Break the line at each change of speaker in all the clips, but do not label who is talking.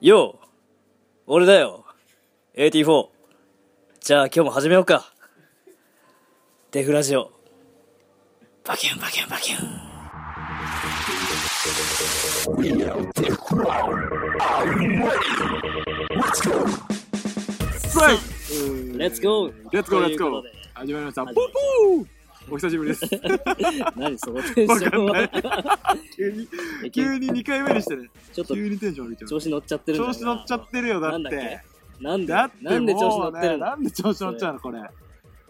よう俺だよ !AT4! じゃあ今日も始めようかデフラジオバキュンバキュンバキュン
は
レ
い、
ッツゴー
レッツゴー、レッツゴー
という。
始まりました。
始
ポ
ま
ンポーお久しぶ りです。
ことで何そのテンシ
わか
ョン
んな。
はい
急に、急に2回目にしてね。
ちょっと
急にテンション上げてる
調。子乗っちゃってるんだ
調
よな
子乗っちゃってるよ、だ
な
っ
んだっけ
て。
なんで
だって
なんで調
も
子
う
乗ってる
ね、
んだ
なんで調子乗っちゃうの、これ。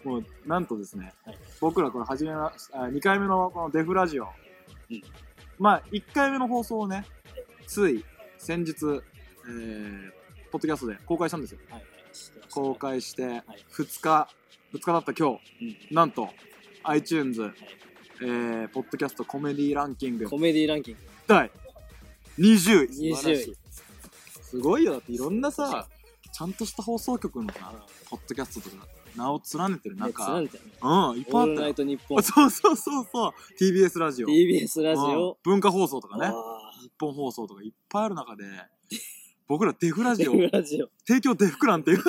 もう、なんとですね
はい、
僕らこれ始めま、あ2回目のこのデフラジオ
うん。
まあ、1回目の放送をね、つい先日、えーポッドキャストで公開したんですよ。
はいはい知ってます
公開して
い、
2日、2日だった今日。
うん
なんと iTunes、えー、ポッドキャストコメディランキング
コメディランキング
第20
20
位
位
素晴らしいすごいよだっていろんなさちゃんとした放送局のさ
あ
ポッドキャストとか名を連ねてる
ね
中、
貫いてるね
うんいっぱい
オー
あっ
ル
た
ナイ
よ
トニッポン
そうそうそうそう TBS ラジオ
TBS ラジ
うん
オ
文化放送とかね
あ
日本放送とかいっぱいある中で僕らデフラ
ーデ
ジ オ
フラジオ
提供デフクランっていう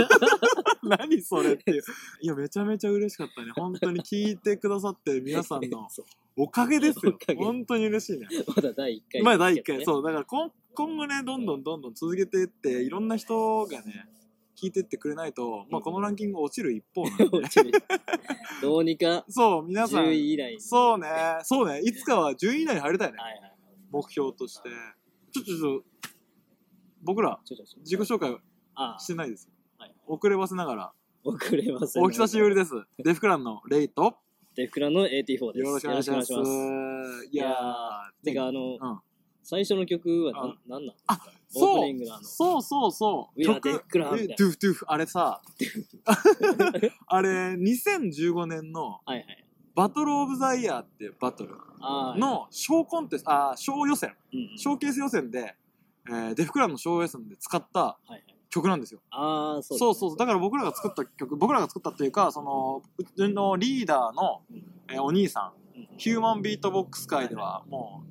何それっていういやめちゃめちゃ嬉しかったね本当に聞いてくださってる皆さんの
そう
おかげです
お
よ
かげ。
本当に嬉しいね。
まだ第1回
まあ第一回、
う
そう。だから今今後ね、どんどんどんどん続けていって、いろんな人がね、聞いてってくれないと、まあこのランキング落ちる一方なんで。
どうにか
そう、皆さ
10
ん。
位以内に
そうね、そうね。いつかは10位以内に入りたいね。
はいはい
目標として。ちょ、ちょ、ちょ、僕ら、
ちょちょちょ
自己紹介
あ
してないです。
はい
遅ればせながら、
遅れません
お久しぶりです。デフクランのレイと、
デフクラの AT4 です
よろしくお願いします。
よろしくお願いし
いや
いや
ー、
てかあの、
うん
最初の曲はな何なんですかオープ
そ
ニングのあ
う
の
そうそうそう
We are Deaf Clan
え
みたいな
ドゥフドゥフあれさ あれ2015年の
はいはい
バトルオブザイヤーっていうバトル
あー、
の小コンテストあー小予選
うんうん
ショーケース予選で、えーデフクランの小予選で使った
はいはい
曲なんですよ
ああ
そ
そうう
そうだから僕らが作った曲僕らが作ったっていうかそのうちのリーダーの、
うん
えーお兄さん
うん
ヒューマンビートボックス界ではも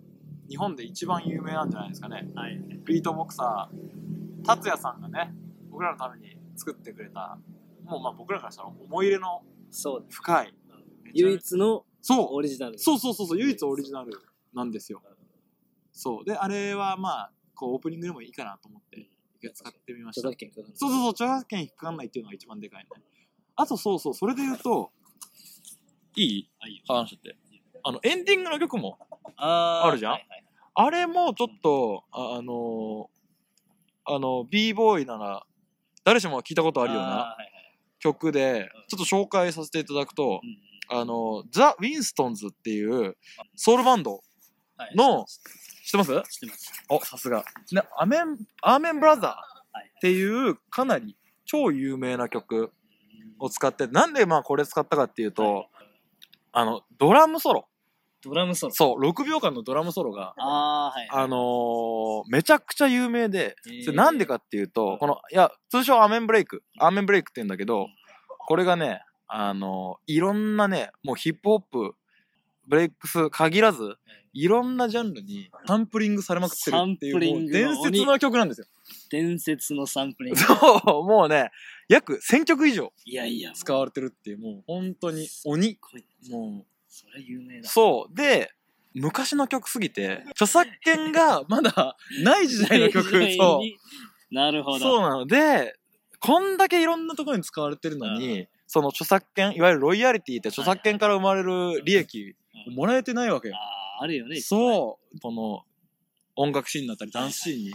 う日本で一番有名なんじゃないですかね
はいはい
ビートボクサー達也さんがね僕らのために作ってくれたもうまあ僕らからしたら思い入れの
そうです
深いめちゃ
唯
めちゃ
一の
そ
オリジナル
うそうそうそうそう唯一オリジナルなんですよそうであれはまあこうオープニングでもいいかなと思って一回使ってみまし
著
た
作権とか
そうそうそう著作権引っかかんないっていうのが一番でかいねあとそうそうそれで言うといい
あいいよ
話しててあのエンディングの曲も
あー
あるじゃん
はいはいはい
あれもちょっと、ああのーあの、b ボーイなら、誰しもが聞いたことあるような
あーはいはい
曲で
うん、
ちょっと紹介させていただくと
う、んうん
あの、ザ・ウィンストンズっていうソウルバンド、
はい
の知ってます
知ってます
お、さすが。ね、アメン、アーメンブラザー
はい
っていう、かなり超有名な曲を使って、なんでまあこれ使ったかっていうと、あの、ドラムソロ。
ドラムソロ
そう、6秒間のドラムソロが、
ああはい
あのーめちゃくちゃ有名で、
へー
それなんでかっていうと、この、いや、通称アメンブレイク、アメンブレイクって言うんだけど、これがね、あのーいろんなね、もうヒップホップ、ブレイクス限らず、いろんなジャンルにサンプリングされまくってるってい
サンプ
う、
リ
も
ン
う
グの鬼
伝説の曲なんですよ。
伝説のサンプリング
そう、もうね、約1000曲以上
いやいや
使われてるっていう、もう本当に鬼。
こい
も
それ有名
う、
だ
そう。で、昔の曲すぎて、著作権がまだない時代の 曲、そう。
なるほど
そう
う
なのでこんだけいろんなところに使われてるのにその著作権いわゆるロイヤリティって著作権から生まれる利益をもらえてないわけよ。
あーあるよねう
そうこの音楽シーンだったりダンスシーンに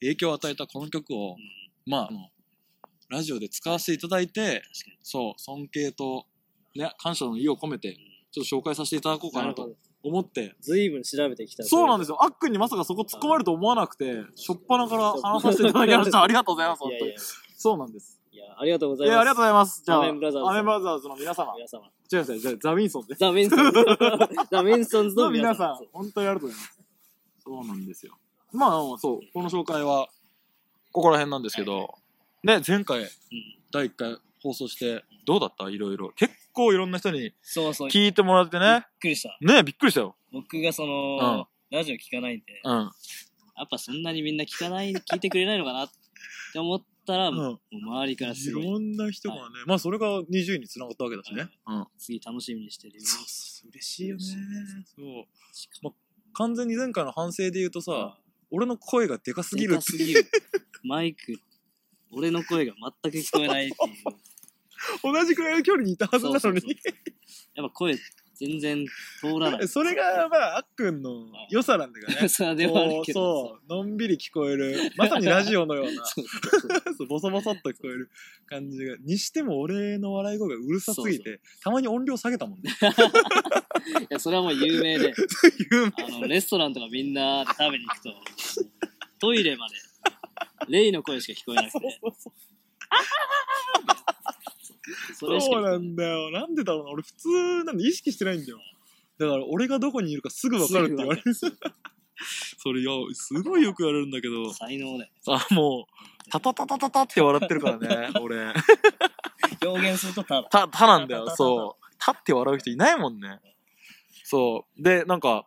影響を与えたこの曲をまああのラジオで使わせていただい
確か
て
に
そう尊敬と、ね、感謝の意を込めてちょっと紹介させていただこうか
な
な
るほ
と
ど
思って
随分調べてきた
そうなんですすよあっくんにまさかそこ突っ込まれると思わなくてしょっぱなから話させていただ きましたありがとうございます本
いやい
当
や
にそうなんです
いやありがとうござ
い
います
や、ありがとうございます。じゃあ、
アメンブラザーズ
アメンブラザーズの皆様。
皆様
違いますよじゃあ、ザ・ウィンソンで。
ザ・ウィンソンズザ・ウィンソンズの
の皆
皆
さ
様
ん、本当にありがとうございます。そうなんですよ。まあ、そう、この紹介は、ここら辺なんですけど、ね、前回、
うん
第1回放送して、どうだったいろいろ。結構いろんな人に
そうそうびっ
聞いてもらってね。
くりした
ね、びっくりしたよ。
僕がその、ラジオ聞かないんで、
うん。
やっぱそんなにみんな聞かない、聞いてくれないのかなって思ったら、
うん
もう周りから
い
すごい、
ろんな人がね、まあそれが20につながったわけだしね。
次楽しみにしてるよ。
そうそう、嬉しいよね。そう。
しか
完全に前回の反省で言うとさ、俺の声がでかすぎる
でか
って
すぎる。マイク、俺の声が全く聞こえないっていう。
同じくらいの距離にいたはずな
そ
の
うそうそう
に。
やっぱ声全然通らない。
それが、まあ、あっくんの良さなんだけどね。
それでもあるけど
こうそう、のんびり聞こえる。まさにラジオのような
さ。そうそうそう
そうボソボソっと聞こえる感じが。にしても俺の笑い声がうるさすぎて、
そ
たまに音量下げたもんね。
いや、それはもう有名で、
有名
あの、レストランとかみんなで食べに行くと、トイレまで、レイの声しか聞こえなくて、それしか
そ
聞こ
う
え
な
ない。
んだよ。なんでだろうな。俺普通なんで意識してないんだよ。だから俺がどこにいるかすぐ分かるって言われる。それいや、すごいよく言われるんだけど。
才能だよ。
あ、もう、タタタタタタって笑ってる からね、俺。
表現するとただ。
た、たなんだよ、そう。たって笑う人いないもんね。そう。で、なんか、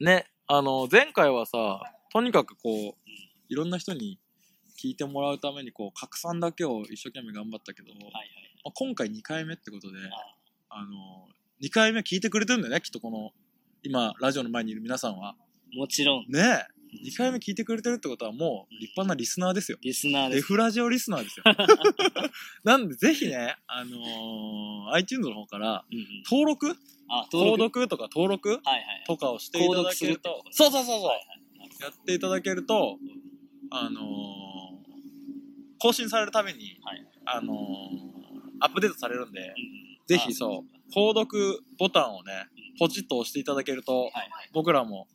ね、あの、前回はさ、とにかくこう、いろんな人に聞いてもらうために、こう、拡散だけを一生懸命頑張ったけど、
はい
まあ、今回2回目ってことで
あ、
あの、2回目聞いてくれてるんだよね、きっとこの、今、ラジオの前にいる皆さんは。
はい。もちろん、
ねえ、2回目聞いてくれてるってことはもう、立派なリスナーですよ。
リスナー
デ
です。
フラジオリスナーですよ。なんで、ぜひね、あのー iTunes の方から、
うんうん、
登録
あ、登
登
録。
録とか登録
はいはい。
とかをしていただけると、そうそうそうそう、
はいはい
やっていただけると、あのー更新されるために、
はい
あのーアップデートされるんで、
うんうん
ぜひそう
あ
購読ボタンをね、ポチッと押していただけると、
はいはい。
僕らも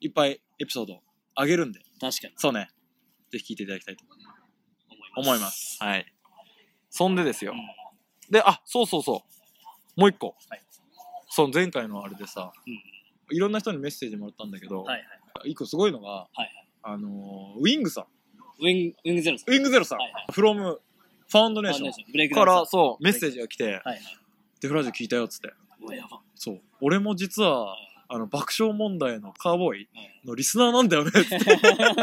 いっぱいエピソードあげるんで、
確かに
そうね、ぜひ聞いていただきたいと
思います。
思います。はい。そんでですよ
うん。
で、あ、そうそうそう。もう一個。
はい
その前回のあれでさ、
うん
いろんな人にメッセージもらったんだけど、
はいはい。
一個すごいのが、
はい
あのーウィングさん、
ウィン、ウィングゼロさん。
ウィングゼロさん、
はいはい。
フロムファウンドネー
ファンデ
ション
ーションブレイクダ
か
ンサー
ら、そう、メッセージが来て、
はいはい。
デフラジオ聞いたよっつって。
うわ、やば。
そう。俺も実は、あの、爆笑問題のカーボーイ
はい
のリスナーなん だよねっつって。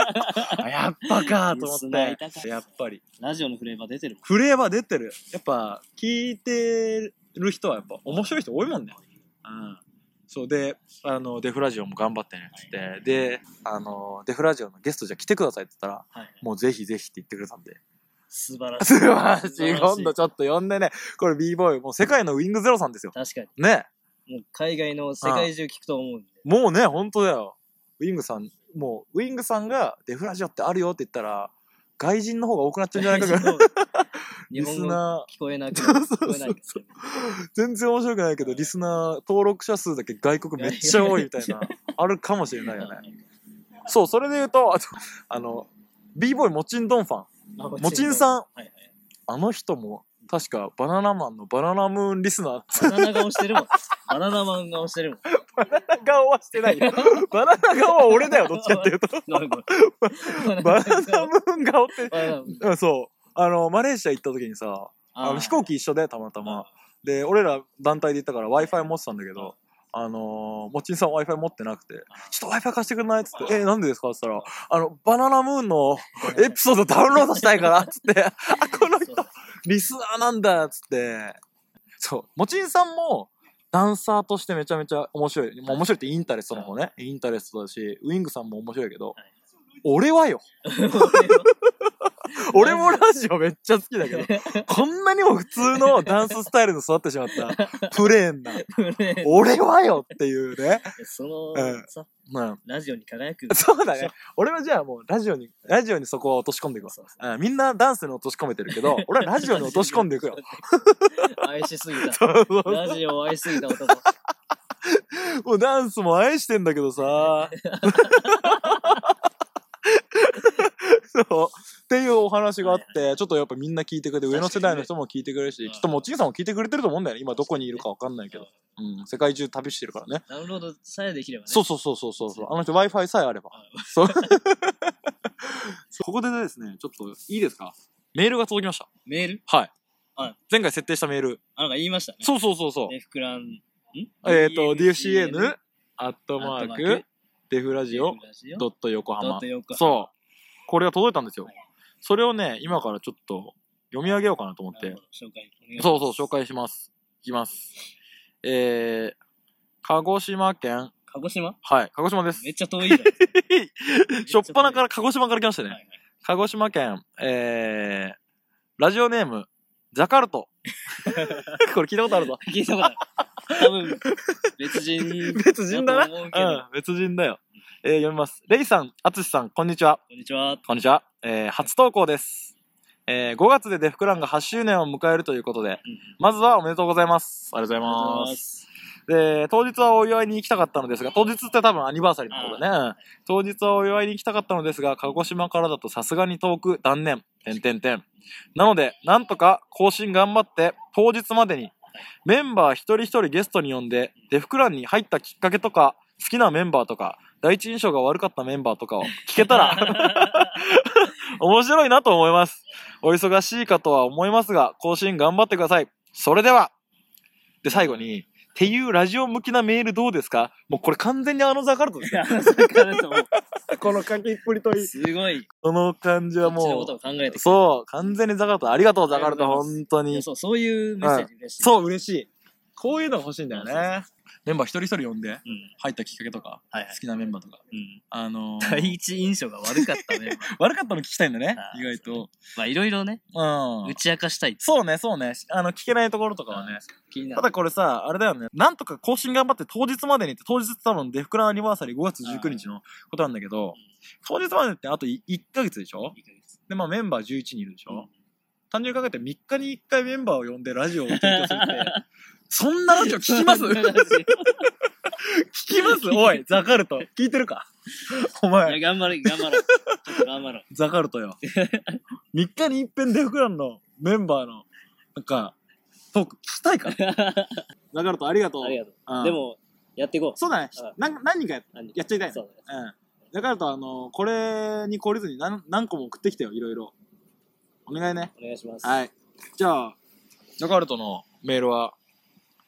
あやっぱかーと思
リスナーいた
っ
か
て。やっぱり。
ラジオのフレーバー出てるもん。
フレーバー出てる。やっぱ、聞いてる人はやっぱ面白い人多いもんね。うん。そうで、あの、デフラジオも頑張ってねっつって、で、あの、デフラジオのゲストじゃ来てくださいって言ったら、
はい。
もうぜひぜひって言ってくれたんで。
素晴らしい。
素晴らし
素晴
い。
らしい
今度ちょっと呼んでね。これ b ボーイもう世界のウィングゼロさんですよ。
確か
ね。
に。もう海外の世界中聞くと思うんで。
もうね、本当だよ。ウィングさん、もう、ウィングさんがデフラジオってあるよって言ったら、外人の方が多くなっちゃうんじゃないかぐらい。
日
リ
本
ス
語
ナ
聞こえなくなる。聞
う
こ
そう
えないですよね
ー、全然面白くないけど、リスナー登録者数だけ外国めっちゃ多いみたい な、あるかもしれないよね。そう、それで言うと、あと、あの、b ボーイもちんどんファン、
あ
もちんさん、
はいはい。
あの人も、確かバナナマンのバナナムーンリスナー
バナナ顔してるもん。バナナマン顔してるもん。
顔はしてない よ。バナナ顔は俺だよ、どっちかっていうと。
ごめんごめん
バナナムーン顔って。
バナナマン
うん、そう。あの、マレーシア行った時にさ、あ
あ
の
ー
飛行機一緒で、たまたま。で、俺ら団体で行ったから Wi-Fi 持ってたんだけど、あのー、もっちんさん Wi-Fi 持ってなくて、ちょっと Wi-Fi 貸してくれないっつって、え、なんでですかっつったら、あの、バナナムーンのエピソードダウンロードしたいからっつって、あ、この人
そう、
リスナーなんだっつって、そう、もちんさんも、ダンサーとしてめちゃめちゃ面白い。まあ面白いってインタレストの方ね。インタレストだし、ウィングさんも面白いけど、
はい
俺は よ。 俺もラジオめっちゃ好きだ けど、こんなにも普通のダンススタイルで育ってしま った、プレーンな、俺はよっていうね。
そ
うん
の、さ
ま
ラジオに輝く
あ、。そうだね。俺はじゃあもうラジオに、ラジオにそこは落とし込んでいくわ。
そうそう
うんみんなダンスに落とし込めてるけど、俺はラジオに落とし込んでいくよ。。
愛しすぎた。
そうそうそう
ラジオを愛しすぎた男。
もうダンスも愛してんだけど さ。そう。っていうお話があって、ちょっとやっぱみんな聞いてくれて、上の世代の人も聞いてくれるし、
うん
きっともちんさんも聞いてくれてると思うんだよね。今どこにいるかわかんないけど。うん。世界中旅してるからね。
ダウンロードさえできればね。
そうそうそうそうそう。あの人 Wi-Fi さえあれば。 そう。ここでですね、ちょっといいですかメールが届きました。
メール
はい。
はい
前回設定したメール。
あ、なんか言いましたね。
そうそうそうそう。
ね、膨らん、ん
えっ、と、
DFCN
DFCN、アットマー
アットマー
ク
ク、
デフラジオ
ラジオ
ドット横
ド
浜
ット。ヨコ
そう。これが届いたんですよ
はい。
それをね、今からちょっと読み上げようかなと思っ
なるほ。
て
ど紹介お願いします
そうそう、紹介します。いきます。えー、鹿児島県、
鹿児島
はい、鹿児島です
め。っちゃ遠いじゃんめっちゃ遠い
しょっぱなから、鹿児島から来ました
は
ね。
いはい
鹿児島県、えー、ラジオネーム、ジャカルト。 これ聞いたことあるぞ。
聞いたことある多分別人
別人だな。
と思うけど
うん、別人だよ。えー、読みます。レイさん、アツシさん、こんにちは。
こんにちは
こんにちは。えー、初投稿です。えー、5月でデフクランが8周年を迎えるということで、まずはおめでとうございます。ありがとうございます。
す
で、当日はお祝いに行きたかったのですが、当日って多分アニバーサリーのことだね。うん当日はお祝いに行きたかったのですが、鹿児島からだとさすがに遠く断念。てんてんてん。なので、なんとか更新頑張って、当日までに、メンバー一人一人ゲストに呼んで、デフクランに入ったきっかけとか、好きなメンバーとか、第一印象が悪かったメンバーとかを聞けたら、面白いなと思います。お忙しいかとは思いますが、更新頑張ってください。それでは。で、最後に、っていうラジオ向きなメールどうですかもうこれ完全にあのザカルトで す
いや
よ。
あの魚とも
この書きっぷりといい。
すごい
この感じは
こっちの
も
ことを考えて
う、そう、完全にザカルト。ありがとう、ザカルト、
ありがとうございます
本
い
当
や
に。
そうそういうメッセージ嬉しい、
そう、嬉しい。こういうの欲しいんだよね。
メンバー一人一人呼んで、
うん
入ったきっかけとか、
はいはい
好きなメンバーとか。
うん
あのー
第一印象が悪かった ね
悪かったの聞きたいんだね
あ、ー
意外と。
まあいろいろね
う
打
ん。
ち明かしたい
そうね、そうね。あの、聞けないところとかはね。
気にな
た
る
だこれさ、あれだよね。なんとか更新頑張って当日までにって、当日って多分デフクラアニバーサリー5月19日のことなんだけど、当日までってあと1ヶ月でしょ
いい感じです
で、まあメンバー11人いるでし
う
ょ、
ん
単純に考えて3日に1回メンバーを呼んでラジオを提供するって、 そんなラジオ聞きます聞きますおい、ザカルト。聞いてるかお
い
前、
や頑張れ頑張ろうちょっと頑張ろう
ザカルトよ。3日に一遍デフクランのメンバーの、なんか、トーク聞きた いから。ザカルトありがとう。
ありがとう、
うん
でもやっていこう
そうだね
うん。
なん何人かや
何
やっちゃいたいね
そうだね
うん。だからと、あの、これに懲りずに何何個も送ってきてよ、いろいろ。お願いね。
お願いします、
はい。じゃあ、ジャカルトのメールは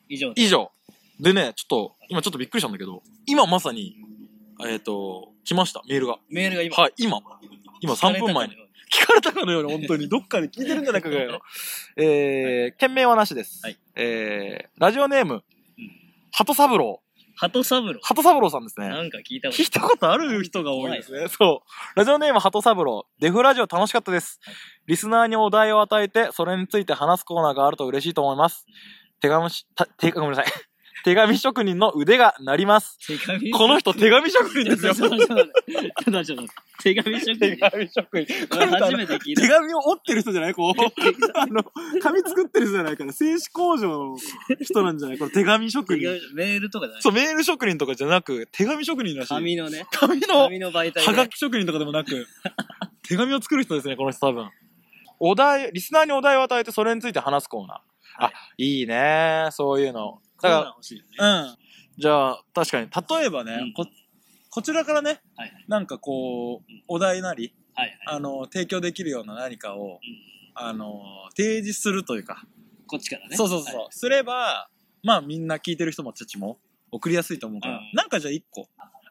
以上
以上。でね、ちょっと、今ちょっとびっくりしたんだけど、今まさに、えっ、と、来ました、メールが。
メールが今
はい、今。今3分前に。聞かれたかのように、本当に。どっかで聞いてるんじゃないかぐらいの。えー、件名はなしです。
はい
えー、ラジオネーム
うん、
鳩三郎。
鳩三郎
鳩三郎さんですね。
なんか 聞いたこと
聞いたことある人が多いですね。そう。ラジオネーム、鳩三郎。デフラジオ楽しかったです。リスナーにお題を与えて、それについて話すコーナーがあると嬉しいと思います。手紙し、た手紙、ごめんなさい。 手紙職人の腕が鳴り ます。
手紙
この人、手紙職人
ちょ
で
っ
すよ
と。ちょっとちょっと待ってちょっと待ってちょっと待って手紙職
手
人
紙職人。この人あ
初
の
めて聞いた
手紙を折ってる人じゃない こう。あの、紙作ってる人じゃないから、製紙工場の人なんじゃないこれ手紙職
手
人。
紙メールとかじゃない
そう、メール職人とかじゃなく、手紙職人らしい。
紙のね
紙の
紙の媒体
はがき職人とかでもなく、 手紙を作る人ですね、この人多分。お題、リスナーにお題を与えてそれについて話すコーナー。
はい
あ、いいねそういうの。
コーナー
だ
欲しいよね
から、うん。じゃあ、確かに、例えばね、
うん
こ、こちらからね、
はいはい
なんかこう
うん、
お題なり、
はいはい
あの、提供できるような何かを、
うん
あの、提示するというか、
こっちからね
そうそうそう、
はい
すれば、まあみんな聞いてる人もたちも送りやすいと思うから、
うん
なんかじゃあ1個。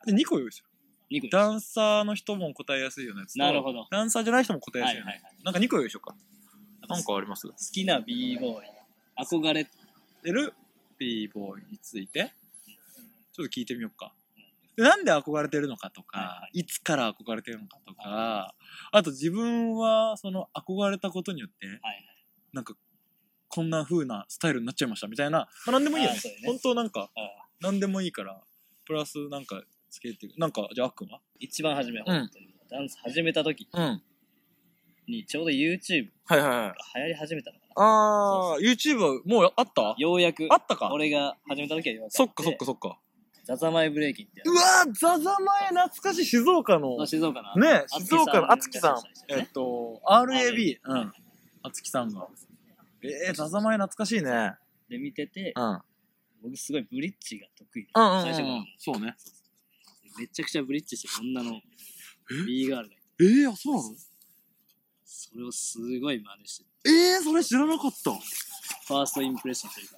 で、2個用意する。
二個です
ダンサーの人も答えやすいようなやつと
なるほど
ダンサーじゃない人も答えや
は
す
い
い
は
よ
い
ね、
はい
なんか2個用意しようか。
な
なんん
か
かあります
好きな b ボーイ憧れ
出る b ボーイについて、ちょっと聞いてみようか。でなんで憧れてるのかとか、
はい
い、つから憧れてるのかとか、あと自分はその憧れたことによって、
はい
なんかこんな風なスタイルになっちゃいましたみたいな、まあ、なんでもいいよ
あー
ね
そうだよね
本当なんか、
はい
なんでもいいから、プラスなんかつけて、なんか、じゃああっくんは
一番初め、本当にダンス始めた時
うん。
にちょうど YouTube
はいはいはい。
が流行り始めたのかな
あー、YouTube はもうあった
ようやく
あったか
俺が始めた時はようやく
そっかそっかそっか。
ザザマイブレイキンってや
うわー、ザザ前懐かしい、静岡の。
つ静岡のあ
ね
つき
静岡のあつきさん
が。出
え
し
っと、RAB。う
はい
ん。あつきさんが。えー、ザザ前懐かしいね。
で見てて
うん。うん
僕すごいブリッジが得意で
うん
最初から
そうね。
めちゃくちゃブリッジしてる女の B ガールがいて
えー、あ、そうなの
それをすごい真似して
えー、それ知らなかった。
ファーストインプレッションというか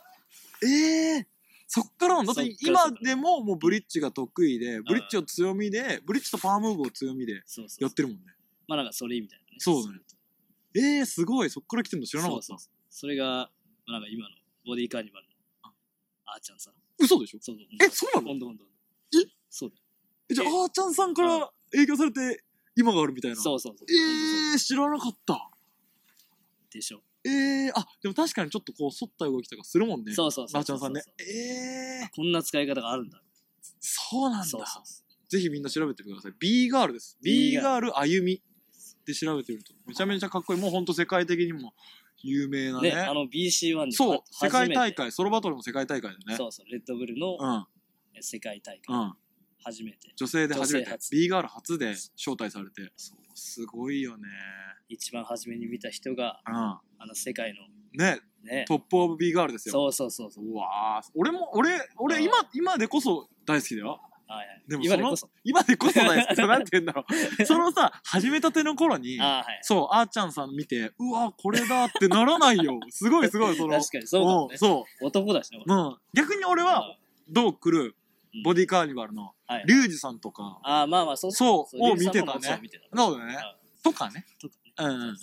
えー、そっからの、だっ
そ
て
っから
今でももうブリッジが得意で、ブリッジを強みで、ブリッジとパワームーブを強みで
そうそう
やってるもんね。
まあなんかそれみたいなね
そうだねええー、すごい、そっから来てんの
そ
知らなかっ
う
た。
そうそうそれがまあなんか今のボディーカーニバルのあーちゃんさん
嘘でしょ
そうそう
えそうなの
ほんとほんと
え
そうだよ
えじゃあ、
え
あーちゃんさんから影響されて、今があるみたいな。
そうそうそうほんとそう
ええー、知らなかった。
でしょ
ええー、あ、でも確かにちょっとこう、反った動きとかするもんね。
そうそうそう
あーちゃんさんね
そうそう。
ええー、
こんな使い方があるんだ
そうなんだ。
そうそうそ
ぜひみんな調べてください。B ガールです。B
B
ガ
ガ
ール歩みで調べてみると。めちゃめちゃかっこいい。もうほんと世界的にも有名な
う
ね。
ねあの BC1 に
そう、世
初め
界
て
大会、ソロバトルも世界大会だよね。
そうそうレッドブルの
うん、
世界大会
うん。
初めて
女性で初め
女性
て
初、
B ガール初で招待されて。そう、すごいよね。
一番初めに見た人が
う
あの世界の
ん。ね、
ね
トップオブ B ガールですよ。
そうそうそうそう
うわー俺も、俺、
う
俺
ん
今、今でこそ大好きだよ。
はいはい
でも
今
そ
で
の
こそ、
今でこそ 大好き。なんて言うんだろう。そのさ、始めたての頃に、
ああはい
そう、あーちゃんさん見て、うわ、これだってならないよ。すごいすごい、その。
確かにそうかも
ん
ね
そ
男だしね
う。うん。逆に俺は、どう来る
うん、
ボディカーニバルの、
はい
リュウジさんとか、
ああまあまあそう
そうを見て
リ
たね
ュウジさんもそう見てた
そうだねとかね。
とかね
うんうんうん。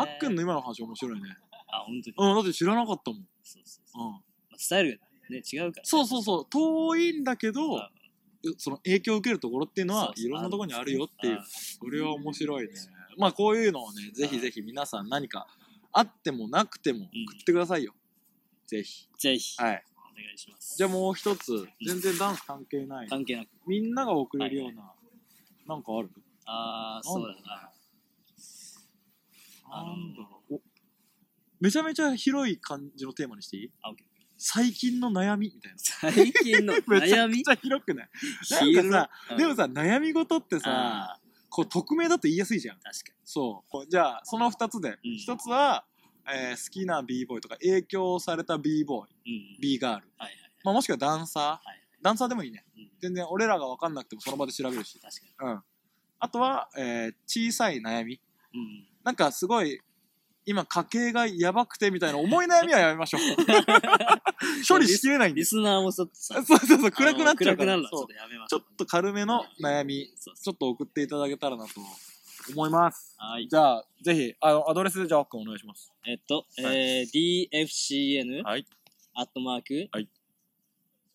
あっくんの今の話面白いね。
あ本当に
うん、だって知らなかったもん。
そうそうそう
うん。
まあスタイルがね違うからね
そうそうそう。遠いんだけど
うん、
その影響を受けるところっていうのは
そうそう
いろんなところにあるよっていう
あ。
それは面白いね。まあこういうのをね、ぜひぜひ皆さん何かあってもなくても
ん
送ってくださいよ。ぜひ。
ぜひお願
はい。
いします
じゃあもう一つ、全然ダンス関係ない。
関係なく
みんなが送れるような、なんかある
ああそうだな
な
あの
んだろう。おめちゃめちゃ広い感じのテーマにしていい
あオッケー
最近の悩みみたいな。
最近の
めち
悩
ゃく
み
ちゃ広くない
消える
なんか
うん
でもさ、悩み事ってさ、
あ
こう匿名だと言いやすいじゃん。
ー確か
そう。じゃあ、その二つで。
うん
一つは、えー好きな b ボーイとか影響された b ボーイ
にうん
b ガール、
はいはい
まあ、もしくはダンサー
はい
ダンサーでもいいね
うん
全然俺らが分かんなくてもその場で調べるし
確か
うんあとは、えー小さい悩み
にうん
なんかすごい今家計がやばくてみたいな重い悩みはやめま しょう処理しきれないんで
リ
す
スナーもちょっとさ
そうそうそう暗くなっちゃ
暗
うか
くな
ら
るのはち
そ
ょ
う
っとやめまし
ち
ょ
ょ
う
っと軽めの悩み
そうそ
ちょっと送っていただけたらなと思います
うはい
じゃあぜひあのアドレスでじゃあ奥君お願いします
えっと、
は
えー、DFCN、
はい
アットマーク、
はい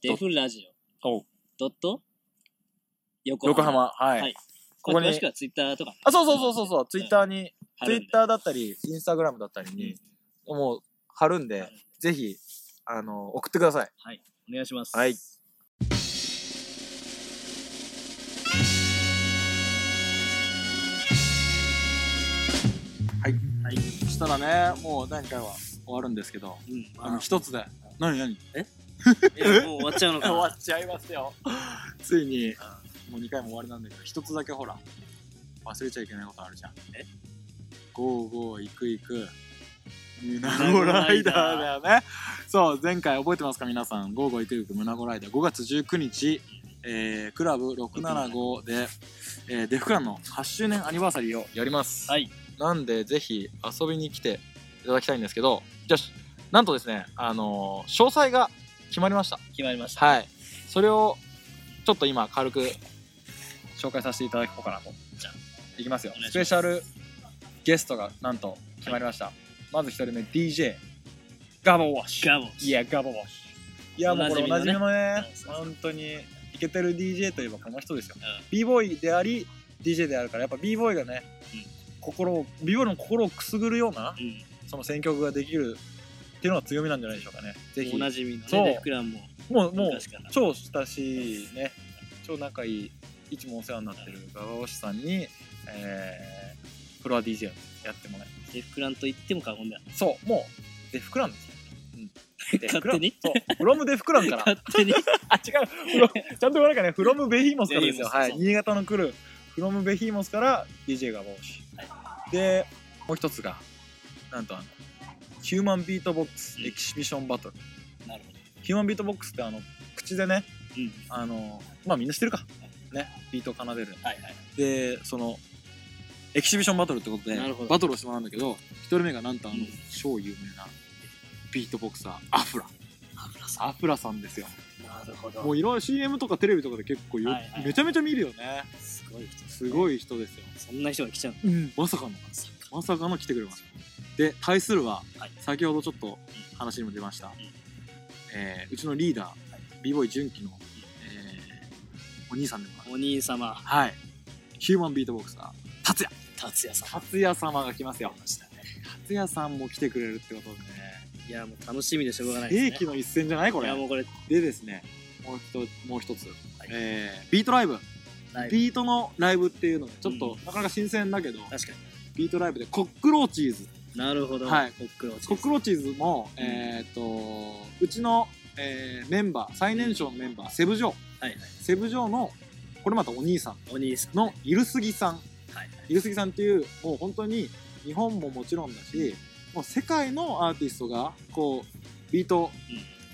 デフラジ
おう
オ、ドット、横
横浜はい、
はい
ここに
まあ詳しくはツイッターとかね。
あそうそうそうそうそうツイッターに、
貼
ツイ
るん
ッ
で
ターだったりインスタグラムだったりに、もう貼るんで、
はい
ぜひあの送ってください
はい。お願いします。
はい。はい、
はい
そしたらねもう第2回は終わるんですけど
うん。
あ の一つで何何え
いやもう終わっちゃうのか
終
な。
わっちゃいますよ ついにもう2回も終わりなんだけど一つだけほら忘れちゃいけないことあるじゃん
え
ゴーゴー行く行く胸
ナ
子
ゴ
ラ
ラ
イ
イ
ダ
ダ
ー
ー
だよねそう前回覚えてますか皆さんゴーゴー行く行く胸子ライダー5月19日、えー、クラブ675で、えーデフクランの8周年アニバーサリーをやります
はい。
なんでぜひ遊びに来ていただきたいんですけどじゃあなんとですねあのー詳細が決まりました
決まりました。
はい。それを、ちょっと今、軽く、紹介させていただこうかなと。
じゃあ
いきますよ
お願いしま。す
スペシャルゲストが、なんと、決まりました。まず一人目、DJ、ガボウォッシ
ガ
ュ。
ボ。
いや、ガボウォッシュ。いや、もうこれお
お
な
な
じ
じ
み
み
のね
うん、そうそう
本当に、イケてる DJ といえばこの人ですよ。
うん
b ボーイであり、DJ であるから、やっぱ b ボーイがね、心を、b ボーイの心をくすぐるような、
うん。
その選曲ができるっていうのが強みなんじゃないでしょうかね。ぜひ
お、なじみのね、
そう
デフクランも
もう、もう
昔、から。
超親しいね超仲いいいつもお世話になってるガガオシさんに、えー、フロア DJ をやってもらいま
デフクランと言っても過言ではない。
すそうもうデフクランですよ、うん、デフクラ
勝手
ン
に
そうフロムデフクランから
勝手 に。
あ違うフロちゃんと言わなきゃねフロムベヒーモスからです
ベヒー
よ
モス
はい
そう
新潟の来るフロムベヒーモスから DJ が帽子、でもう一つがなんとあのヒューマンビートボックスエキシビションバトル、
なるほど。
ヒューマンビートボックスってあの口でね
うん。
あのまあみんな知ってるか、ね、ビートを奏でる
はいはい。
でそのエキシビションバトルってことで
なるほど
バトルをしてもらうんだけど一人目がなんとあの、
うん
超有名なビートボクサーアフラ
油さ
アフラさんですよ
んなるほど
もういろんな CM とかテレビとかで結構よ、
はいはい
めちゃめちゃ見るよね
すごい人
すごい人ですよ、
そんな人が来ちゃうの
うん、まさかの
さ
まさかの来てくれますで対するは、
はい
先ほどちょっと話にも出ました、えーうちのリーダー、b ボーイ純喜の、えーお兄さんでもある
お兄様
はいヒューマンビートボクサー達也
達也さん
達也様が来ますよ
来ましたね
達也さんも来てくれるってことでね
いやもう楽しみでしょうがないです
世
ね
紀の一戦じゃないこ
い
れ
やもうこれ
でですねもう一つもう一つ、
い
えービートライブ
ライブ
ビートのライブっていうのがちょっと、
う
なかなか新鮮だけど
確か
ビートライブでコックローチーズ
になるほど
はい
コックローチ
コックローチーズも、えーっとうちの、えーメンバー最年少のメンバーセブジョー
はいはい
セブジョーのこれまたお兄さん
お兄さん
のイルスギさん
はい
イルスギさんっていうもう本当に日本ももちろんだしもう世界のアーティストがこうビート、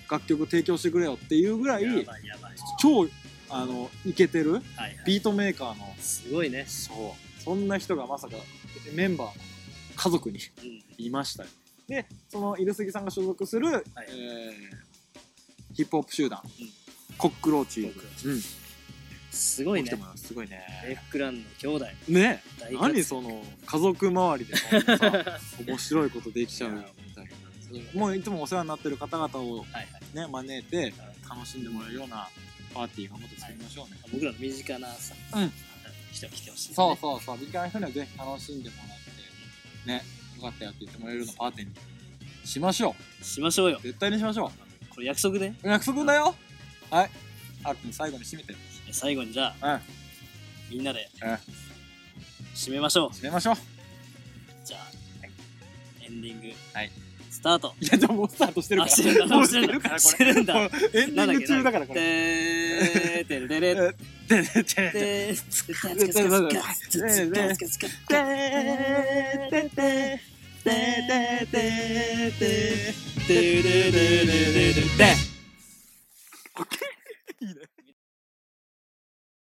楽曲提供してくれよっていうぐら
はい
い
やばいやばい
超あのイケてる
はいはい
ビートメーカーの
すごいね
そうそんな人がまさかメンバー家族に
うん
いましたよでそのイルスギさんが所属する、えーヒップホップ集団、コックローチー
コックロー
ズ、うん、
すごい
来
ね
てもらうすごいね
レックランの兄弟
ね
大活
何その家族周りでそんなさ面白いことできちゃうよみたいなもういつもお世話になってる方々を
はいはい
ね招いて楽しんでもらえるようなパーティーがもっと作りましょうね、
僕らの身近なさ
うん
人が来てほしいね
そうそうそう身近な人にはぜひ楽しんでもらってねよかったよって言ってもらえるようなパーティーにしましょ
しましょうよ
う絶対にしましょう
これ約束ね
約束だよはいあるくん最後に締めて
最後にじゃ
うん
あみんなで
うん
締めましょう
締めましょう
じゃあエンディング
はい
スタート
いやじゃあもうスタートしてるか
あ
ら
してるんだ
もう
してるんだし
して
てるん
るから
だ
これエンディング中だからこれ
てーてれれれ
でででで
てーつかつかつかつかつかつかつかてれれれれれれれ
オッケーいいね